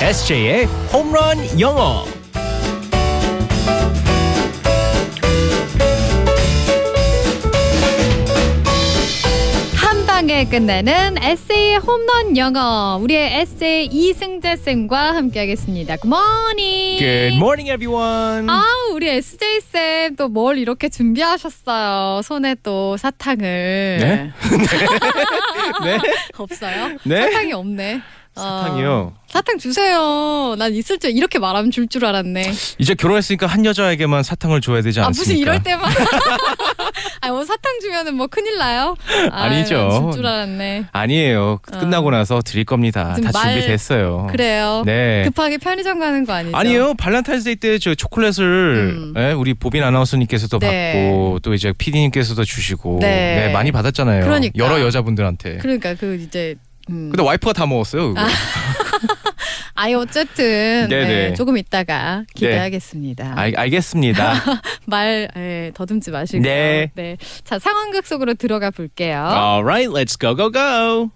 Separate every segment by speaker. Speaker 1: SJ의 홈런 영어.
Speaker 2: 한 방에 끝내는 에세이 홈런 영어 우리의 에세이 이승재 쌤과 함께하겠습니다. Good morning.
Speaker 1: Good morning, everyone.
Speaker 2: 아 우리 SJ 쌤또 뭘 이렇게 준비하셨어요? 손에 또 사탕을
Speaker 1: 네? 네,
Speaker 2: 없어요?
Speaker 1: 네.
Speaker 2: 사탕이 없네. 어,
Speaker 1: 사탕이요.
Speaker 2: 사탕 주세요. 난 있을 줄 이렇게 말하면 줄 줄 알았네.
Speaker 1: 이제 결혼했으니까 한 여자에게만 사탕을 줘야 되지
Speaker 2: 아
Speaker 1: 아, 않습니까?
Speaker 2: 무슨 이럴 때만. 아 뭐 사탕 주면은 뭐 큰일 나요?
Speaker 1: 아니죠.
Speaker 2: 줄줄 알았네.
Speaker 1: 아니에요. 끝-
Speaker 2: 어.
Speaker 1: 끝나고 나서 드릴 겁니다.
Speaker 2: 좀
Speaker 1: 다
Speaker 2: 말-
Speaker 1: 준비됐어요.
Speaker 2: 그래요.
Speaker 1: 네.
Speaker 2: 급하게 편의점 가는 거 아니죠?
Speaker 1: 아니에요. 발렌타인데이 때 저 초콜릿을
Speaker 2: 음.
Speaker 1: 예, 우리 보빈 아나운서님께서도
Speaker 2: 네.
Speaker 1: 받고 또 이제 PD님께서도 주시고
Speaker 2: 네.
Speaker 1: 네, 많이 받았잖아요.
Speaker 2: 그러니까.
Speaker 1: 여러 여자분들한테.
Speaker 2: 그러니까 아. 그 이제 음.
Speaker 1: 근데 와이프가 다 먹었어요. 그거.
Speaker 2: 아예 어쨌든
Speaker 1: 네네.
Speaker 2: 네, 조금 있다가 기대하겠습니다.
Speaker 1: 아, 알, 알겠습니다.
Speaker 2: 말 예, 더듬지 마시고요.
Speaker 1: 네. 아.
Speaker 2: 자 상황극 속으로 들어가 볼게요.
Speaker 1: Alright, let's go go go.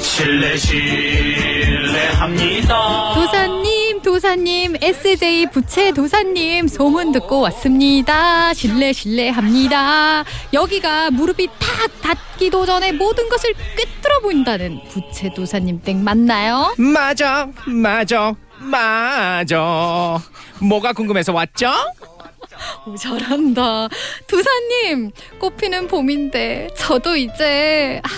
Speaker 3: 실례 실례합니다.
Speaker 2: 도사님, 도사님, SJ 부채 도사님 소문 듣고 왔습니다. 실례 실례합니다. 여기가 무릎이 탁 닿기도 전에 모든 것을 꿰뚫어 보인다는 부채 도사님 댁 맞나요?
Speaker 1: 맞아, 맞아, 맞아. 뭐가 궁금해서 왔죠?
Speaker 2: 오, 잘한다. 도사님, 꽃피는 봄인데 저도 이제 아,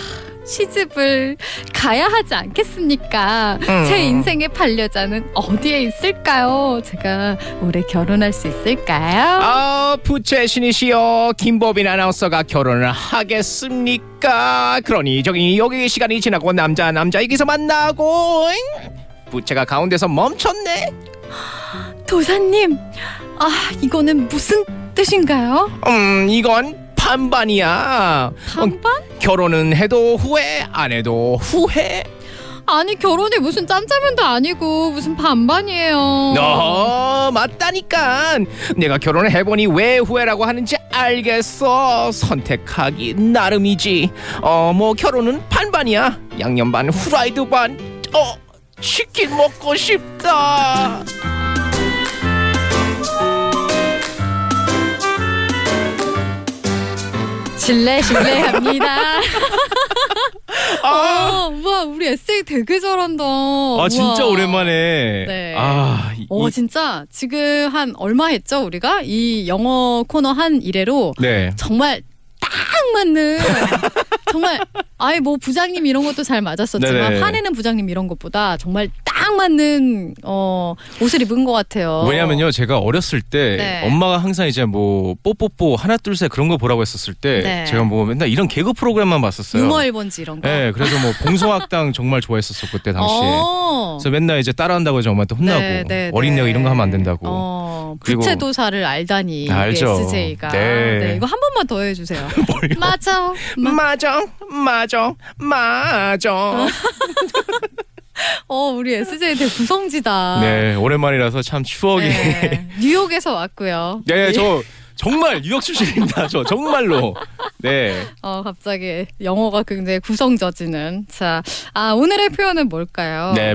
Speaker 2: 시집을 가야 하지 않겠습니까?
Speaker 1: 음.
Speaker 2: 제 인생의 반려자는 어디에 있을까요? 제가 올해 결혼할 수 있을까요?
Speaker 1: 아, 부채 신이시여 김보빈 아나운서가 결혼을 하겠습니까? 그러니 저기 여기 시간이 지나고 남자 남자 여기서 만나고 잉? 부채가 가운데서 멈췄네.
Speaker 2: 도사님, 아 이거는 무슨 뜻인가요?
Speaker 1: 음, 이건 반반이야. 어,
Speaker 2: 반반?
Speaker 1: 결혼은 해도 후회, 안 해도 후회.
Speaker 2: 아니 결혼이 무슨 짬짜면도 아니고 무슨 반반이에요.
Speaker 1: 어, 맞다니까. 내가 결혼을 해보니 왜 후회라고 하는지 알겠어. 선택하기 나름이지. 어, 뭐 결혼은 반반이야. 양념 반, 후라이드 반. 어, 치킨 먹고
Speaker 4: 아,
Speaker 1: 싶다.
Speaker 2: 실례 실례합니다.
Speaker 1: 아,
Speaker 2: 어, 우와 우리 에세이 되게 잘한다. 아
Speaker 1: 오랜만에.
Speaker 2: 네.
Speaker 1: 아, 이-
Speaker 2: 어
Speaker 1: 이-
Speaker 2: 진짜 지금 한 얼마 했죠 우리가 이 영어 코너 한 이래로
Speaker 1: 네.
Speaker 2: 정말 딱 맞는 정말 아예 뭐 부장님 이런 것도 잘 맞았었지만
Speaker 1: 네네.
Speaker 2: 화내는 부장님 이런 것보다 정말 딱 맞는 어 옷을 입은 것 같아요.
Speaker 4: 왜냐면요 제가 어렸을 때
Speaker 2: 어. 네.
Speaker 4: 엄마가 항상 이제 뭐 뽀뽀뽀 하나 둘 셋 그런 거 보라고 했었을 때
Speaker 2: 네.
Speaker 4: 제가 뭐 맨날 이런 개그 프로그램만 봤었어요.
Speaker 2: 유머 일본지 이런 거.
Speaker 4: 네, 그래서 뭐 봉소학당 정말 좋아했었어 그때 당시에.
Speaker 2: 어.
Speaker 4: 그래서 맨날 이제 따라한다고 해서 엄마한테 혼나고
Speaker 2: 네, 네,
Speaker 4: 어린
Speaker 2: 네.
Speaker 4: 내가 이런 거 하면 안 된다고.
Speaker 2: 어,
Speaker 4: 그리고- 네,
Speaker 2: 부채도사를 알다니
Speaker 4: 알죠.
Speaker 2: SJ가
Speaker 4: 네.
Speaker 2: 이거 한 번만 더 해주세요. 맞아. 맞-
Speaker 1: 맞아, 맞아, 맞아.
Speaker 2: 어 우리 SJ 되게 구성지다.
Speaker 4: 네, 오랜만이라서 참 추억이. 네,
Speaker 2: 어. 네, 뉴욕에서 왔고요.
Speaker 4: 저 정말 뉴욕 출신입니다. 저 정말로. 네.
Speaker 2: 어, 갑자기 영어가 굉장히 구성져지는. 자, 아 오늘의 표현은 뭘까요?
Speaker 4: 네,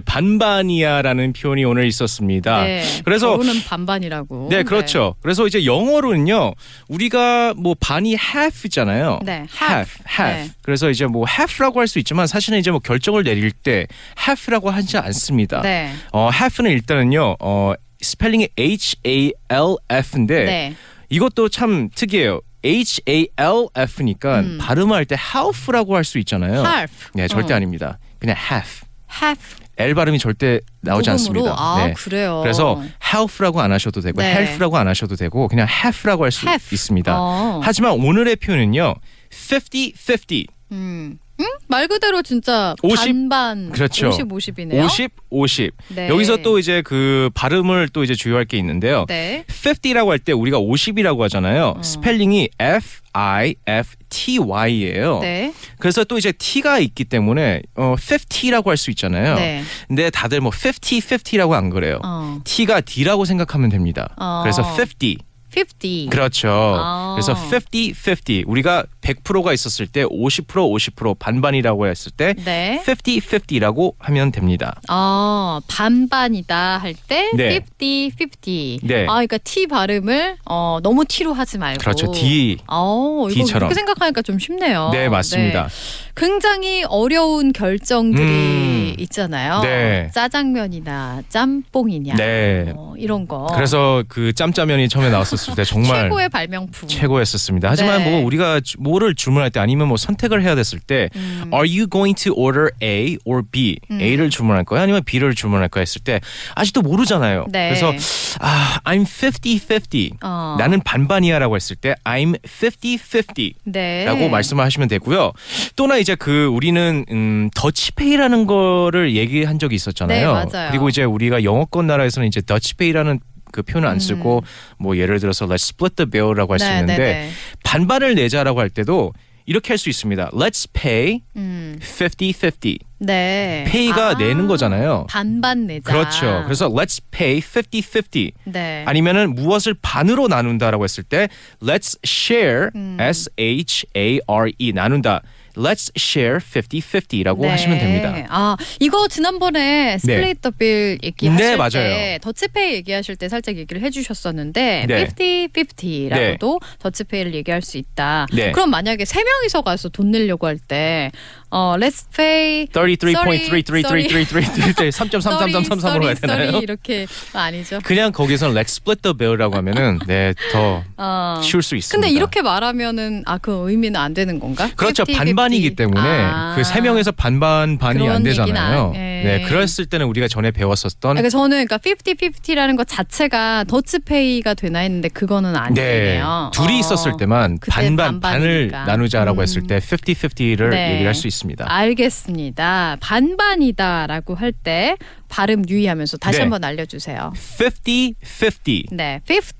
Speaker 4: 반반이야라는 표현이 오늘 있었습니다.
Speaker 2: 어. 네,
Speaker 4: 그래서
Speaker 2: 결혼은 반반이라고.
Speaker 4: 네, 그렇죠. 그래서 이제 영어로는요, 우리가 뭐 반이 half잖아요.
Speaker 2: 네,
Speaker 4: half, half. 그래서 이제 뭐 half라고 할 수 있지만 사실은 이제 뭐 결정을 내릴 때 half라고 하지 않습니다.
Speaker 2: 네.
Speaker 4: 어, half는 일단은요, 어, 스펠링이 H A L F인데
Speaker 2: 네. 네.
Speaker 4: 이것도 참 특이해요. H A L F니까
Speaker 2: 음.
Speaker 4: 발음할 때 half라고 할 수 있잖아요.
Speaker 2: half.
Speaker 4: 네, 절대
Speaker 2: 어.
Speaker 4: 아닙니다. 그냥 half.
Speaker 2: half.
Speaker 4: L 발음이 절대 나오지
Speaker 2: 복음으로?
Speaker 4: 않습니다.
Speaker 2: 아,
Speaker 4: 네.
Speaker 2: 그래요.
Speaker 4: 그래서 health라고 안 하셔도 되고
Speaker 2: 네.
Speaker 4: health라고 안 하셔도 되고 그냥 half라고 할 수
Speaker 2: half.
Speaker 4: 있습니다.
Speaker 2: 어.
Speaker 4: 하지만 오늘의 표현은요. 50 50.
Speaker 2: 음. 음? 말 그대로 진짜
Speaker 4: 50?
Speaker 2: 반반.
Speaker 4: 그렇죠.
Speaker 2: 50 50이네요.
Speaker 4: 50 50.
Speaker 2: 음, 네.
Speaker 4: 여기서 또 이제 그 발음을 또 이제 주의할 게 있는데요.
Speaker 2: 네.
Speaker 4: 50라고 할 때 우리가 50이라고 하잖아요.
Speaker 2: 음.
Speaker 4: 스펠링이 F I F T Y예요.
Speaker 2: 네.
Speaker 4: 그래서 또 이제 T가 있기 때문에 어 50라고 할 수 있잖아요.
Speaker 2: 네.
Speaker 4: 근데 다들 뭐 50 50라고 안 그래요.
Speaker 2: 어.
Speaker 4: T가 D라고 생각하면 됩니다.
Speaker 2: 어.
Speaker 4: 그래서 50
Speaker 2: 50.
Speaker 4: 그렇죠.
Speaker 2: 아.
Speaker 4: 그래서 50, 50. 우리가 100%가 있었을 때 50% 50% 반반이라고 했을 때
Speaker 2: 네.
Speaker 4: 50-50라고 하면 됩니다.
Speaker 2: 어, 반반이다 할 때
Speaker 4: 네.
Speaker 2: 50, 50.
Speaker 4: 네.
Speaker 2: 아, 그러니까 T 발음을 어, 너무 T로 하지 말고.
Speaker 4: 그렇죠. D.
Speaker 2: 어, 이거
Speaker 4: D처럼.
Speaker 2: 그렇게 생각하니까 좀 쉽네요.
Speaker 4: 네, 맞습니다.
Speaker 2: 네. 굉장히 어려운 결정들이
Speaker 4: 음.
Speaker 2: 있잖아요.
Speaker 4: 네.
Speaker 2: 짜장면이나 짬뽕이냐.
Speaker 4: 네.
Speaker 2: 어, 이런 거.
Speaker 4: 그래서 그 짬짜면이 처음에 나왔었을 때 정말
Speaker 2: 최고의 발명품.
Speaker 4: 음. 최고였었습니다. 하지만
Speaker 2: 네.
Speaker 4: 뭐 우리가 주- 뭐를 주문할 때 아니면 뭐 선택을 해야 됐을 때
Speaker 2: 음.
Speaker 4: Are you going to order A or B?
Speaker 2: 음.
Speaker 4: A를 주문할 거야 아니면 B를 주문할 거야 했을 때 아직도 모르잖아요.
Speaker 2: 네.
Speaker 4: 그래서 아, I'm 50-50.
Speaker 2: 어.
Speaker 4: 나는 반반이야라고 했을 때 I'm 50-50.
Speaker 2: 네.
Speaker 4: 라고 말씀을 하시면 되고요. 또나 이제 그 우리는 음, 더치페이라는 거를 얘기한 적이 있었잖아요.
Speaker 2: 네, 맞아요.
Speaker 4: 그리고 이제 우리가 영어권 나라에서는 이제 더치페이라는 그 표현을 안 쓰고 뭐 예를 들어서 let's split the bill라고 할 수
Speaker 2: 음. 네,
Speaker 4: 있는데
Speaker 2: 네, 네.
Speaker 4: 반반을 내자라고 할 때도 이렇게 할 수 있습니다. let's pay
Speaker 2: 음.
Speaker 4: 50-50.
Speaker 2: 네.
Speaker 4: 페이가
Speaker 2: 아,
Speaker 4: 내는 거잖아요.
Speaker 2: 반반 내자.
Speaker 4: 그렇죠. 그래서 let's pay 50-50.
Speaker 2: 네.
Speaker 4: 아니면은 무엇을 반으로 나눈다라고 했을 때 let's share
Speaker 2: 음.
Speaker 4: s h a r e 나눈다. let's share 50-50라고
Speaker 2: 네.
Speaker 4: 하시면 됩니다.
Speaker 2: 아 이거 지난번에 스플릿 더빌 얘기하실
Speaker 4: 네, 맞아요.
Speaker 2: 때 더치페이 얘기하실 때 살짝 얘기를 해주셨었는데
Speaker 4: 네.
Speaker 2: 50-50라고도 더치페이를 얘기할 수 있다.
Speaker 4: 네.
Speaker 2: 그럼 만약에 세 명이서 가서 돈 내려고 할 때 어, Let's pay
Speaker 4: 33.3333333 3.33333으로 해야 되나요?
Speaker 2: 이렇게 아, 아니죠.
Speaker 4: 그냥 거기서는 let's split the bill라고 하면은 네 더
Speaker 2: 어.
Speaker 4: 쉬울 수 있습니다.
Speaker 2: 근데 이렇게 말하면은 아 그 의미는 안 되는 건가?
Speaker 4: 그렇죠
Speaker 2: 50-50.
Speaker 4: 반반이기 때문에
Speaker 2: 아.
Speaker 4: 그 세 명에서 반반 반이
Speaker 2: 그런
Speaker 4: 안
Speaker 2: 얘기는
Speaker 4: 되잖아요.
Speaker 2: 안- 예.
Speaker 4: 네 그랬을 때는 우리가 전에 배웠었던
Speaker 2: 그러니까 저는 그러니까 50-50라는 것 자체가 더치페이가 되나 했는데 그거는
Speaker 4: 네.
Speaker 2: 아니네요.
Speaker 4: 둘이
Speaker 2: 어.
Speaker 4: 있었을 때만
Speaker 2: 그때
Speaker 4: 반반 반을
Speaker 2: 반반이니까.
Speaker 4: 나누자라고
Speaker 2: 음.
Speaker 4: 했을 때 50-50를
Speaker 2: 네.
Speaker 4: 얘기를 할 수 있습니다.
Speaker 2: 알겠습니다. 반반이다라고 할 때 발음 유의하면서 다시
Speaker 4: 네.
Speaker 2: 한번 알려주세요.
Speaker 4: 50-50.
Speaker 2: 네, 50,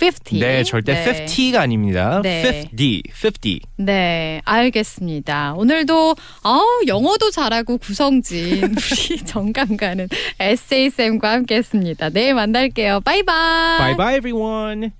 Speaker 2: 50.
Speaker 4: 네, 절대 50가 아닙니다.
Speaker 2: 네.
Speaker 4: 50, 50.
Speaker 2: 네, 알겠습니다. 오늘도 아우 영어도 잘하고 구성진 우리 정감가는 에세이 쌤과 함께했습니다. 내일 만날게요. 바이바이.
Speaker 4: Bye bye everyone.